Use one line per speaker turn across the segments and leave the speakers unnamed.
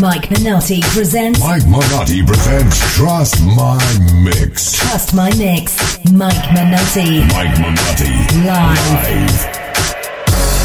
Mike Minotti presents
Mike Minotti presents Trust My Mix.
Trust My Mix. Mike Minotti.
Mike Minotti.
Live.
Live.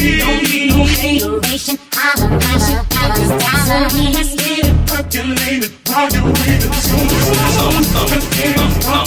Percolated, how you read it, so it's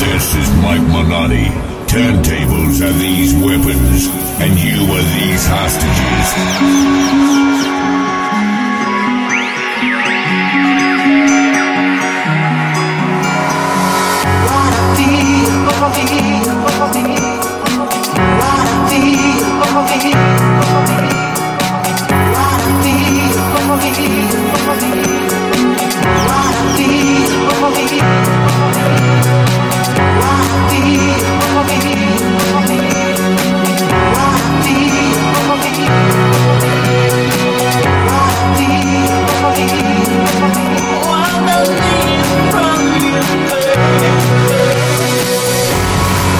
This is Mike Minotti. Turntables are these weapons, and you are these hostages.
Wanna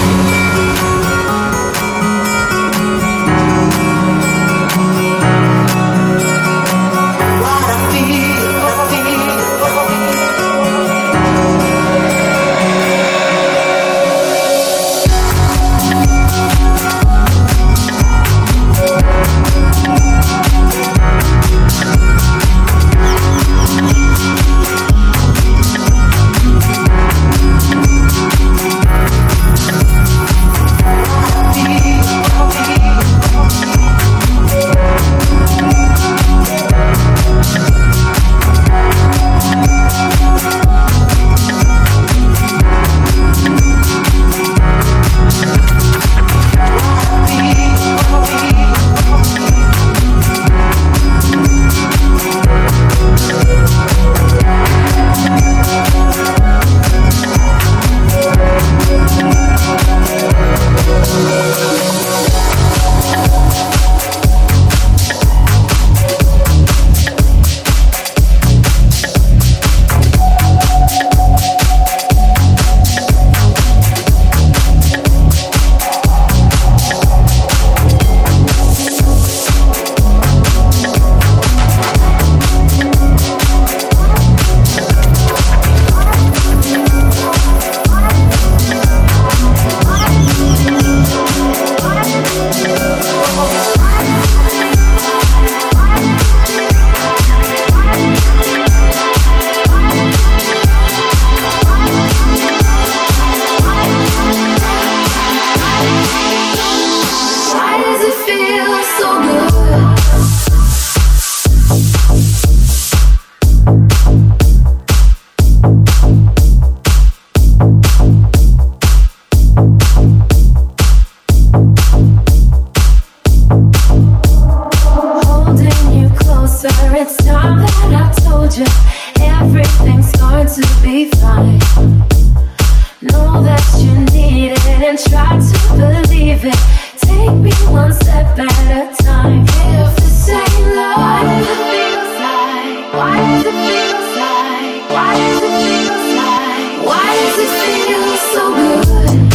live from you, baby.
what you needed and try to believe it. Take me one step at a time. If this ain't love, why does it feel like? Why does it feel like? Why does it feel like? Why does it feel so good?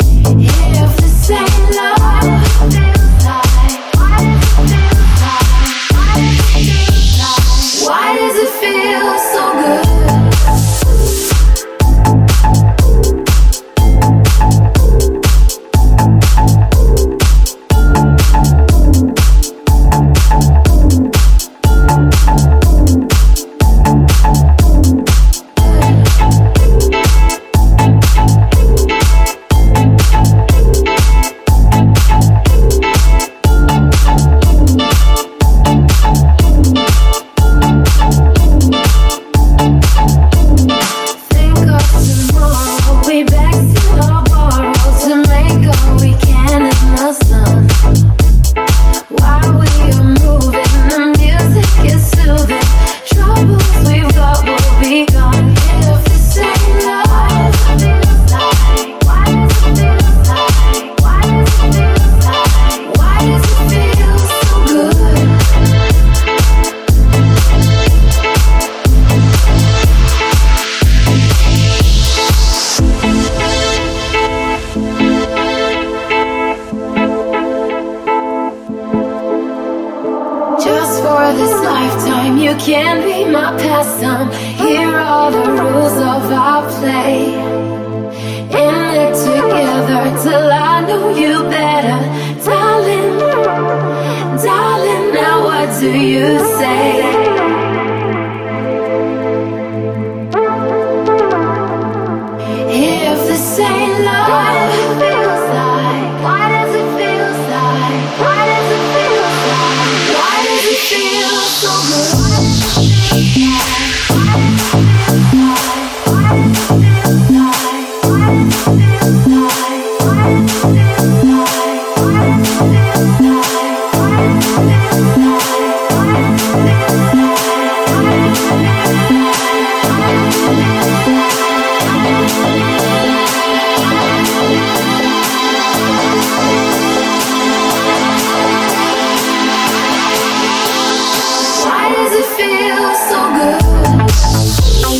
If this ain't love, why does it feel like? Why does it feel like? Why does it feel like? Why does it feel so good? Think of tomorrow, we back to our borrow to make all we can in the sun. While we are moving, the music is soothing. Troubles we've got will be gone. If this ain't love, why does it feel like? Why does it feel like? Why does it feel like? Why does it feel so good? Just for this lifetime, you can be my pastime. Here are the rules of our play. In it together till I know you better, darling. Darling, now what do you say? If this ain't love, why does it feel like? Why does it feel like? Why does it feel like? Why does it feel so good? Why does it feel so good?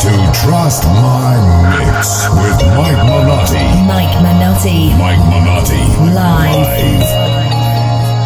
to Trust My Mix with Mike Manotti.
Mike Manotti.
Mike Manotti.
Live.
Live.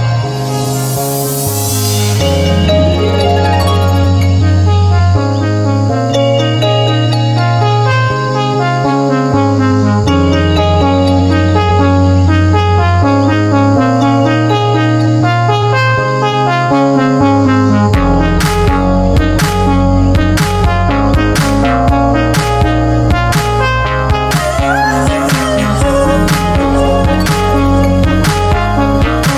Thank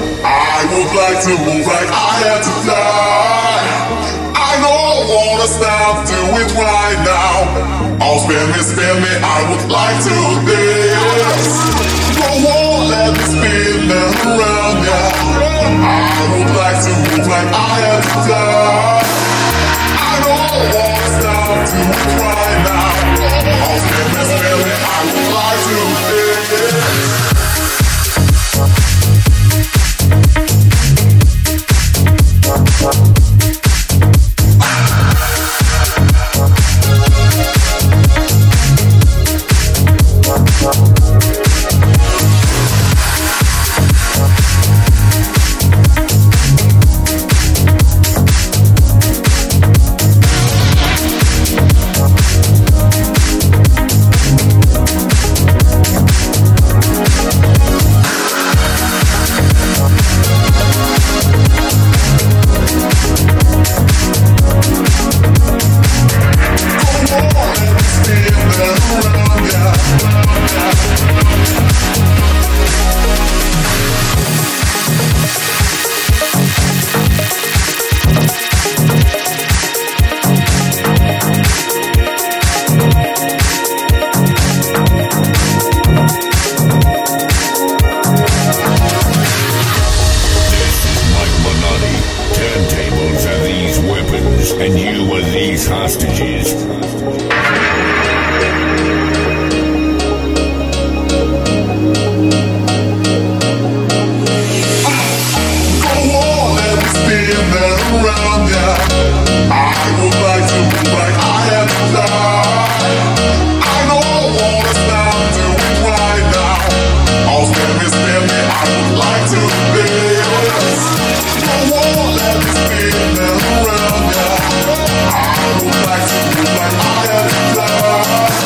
to move like I had to fly. I don't wanna stop, do it right now. I'll spin me, spin me, I would like to dance. No won't let me spin around now. I would like to move like I had to fly. I don't wanna stop, do it right now. I'll spin me, spin me, I would like to dance.
This is Mike Minotti. Turntables are these weapons, and you are these hostages.
Like to move like I am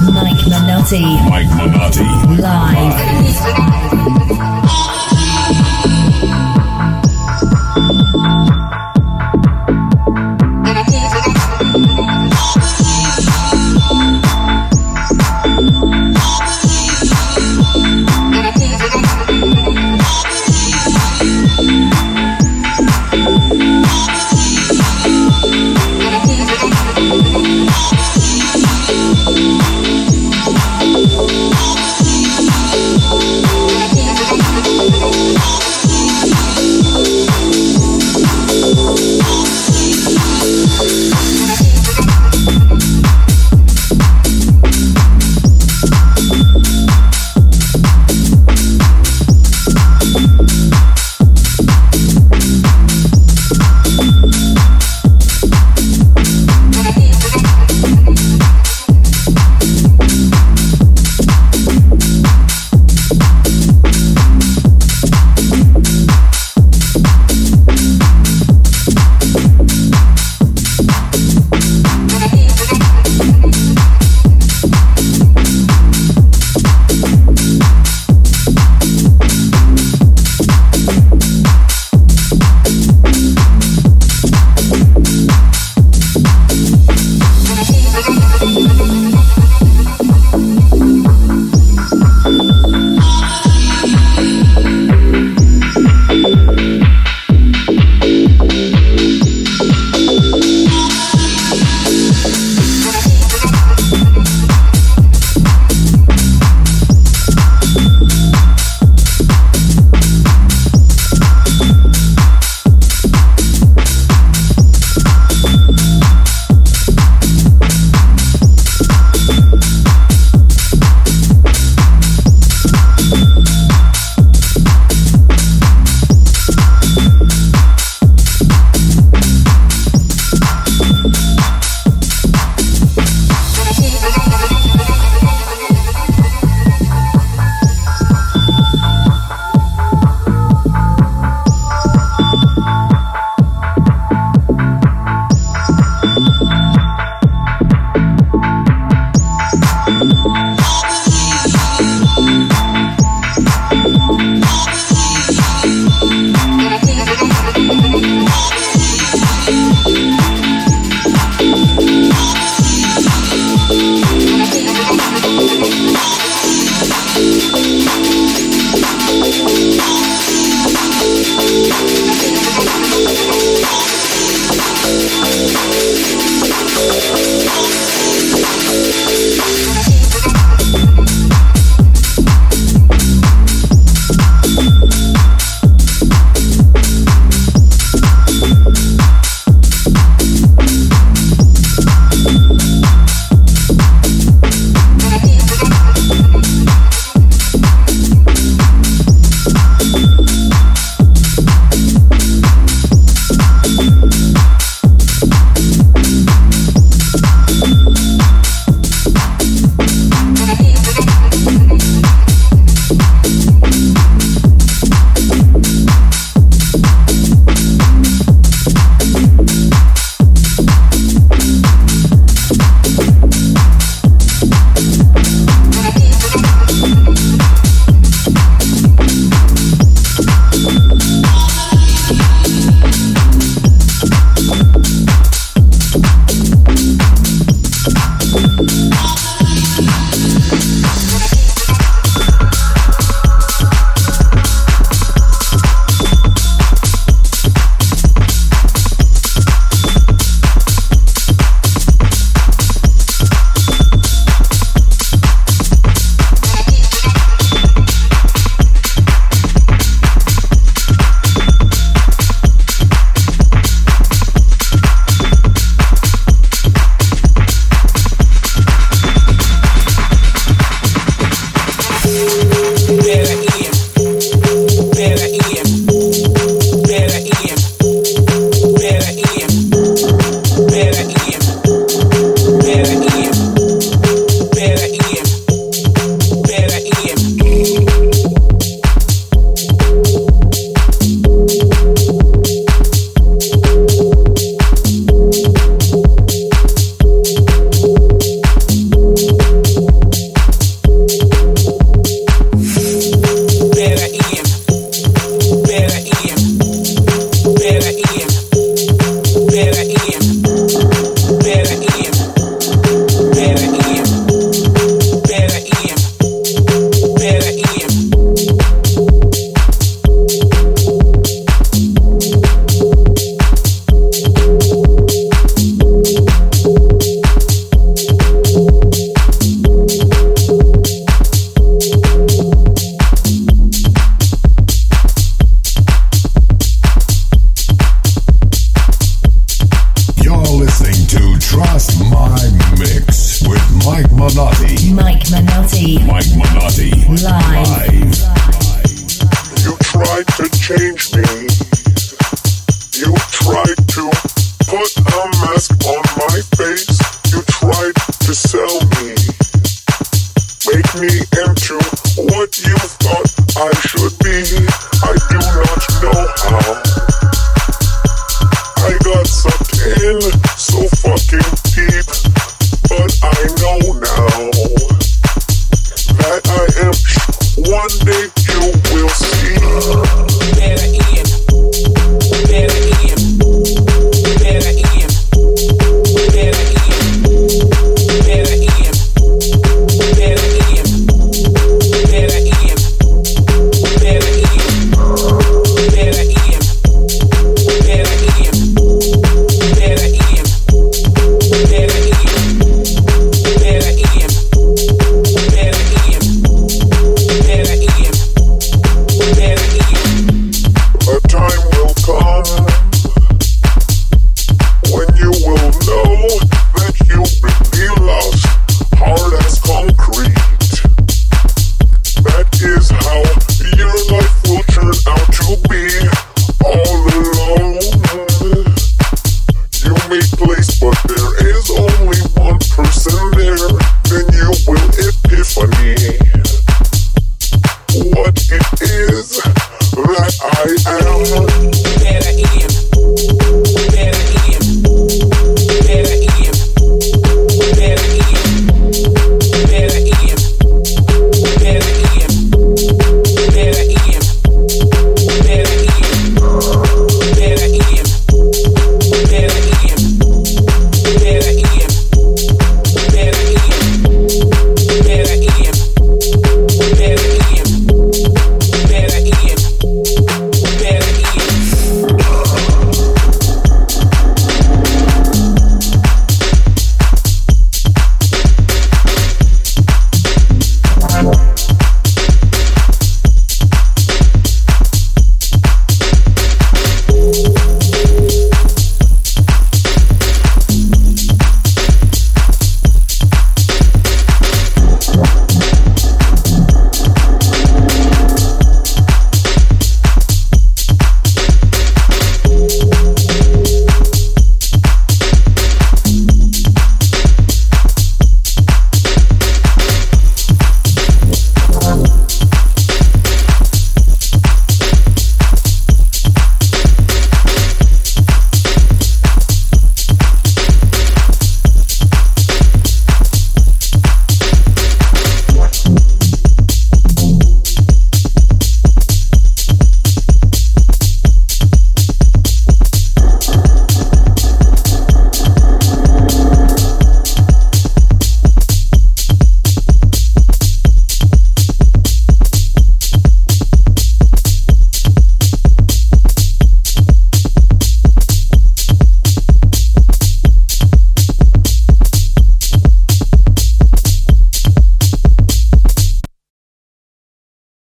Menotti.
Mike Minotti.
Live.
live.
You tried to change me. You tried to put a mask on my face. You tried to sell me. Make me into what you thought I should be. I do not know how. I got sucked in so fucking deep. But I know now that I am. One day you will see.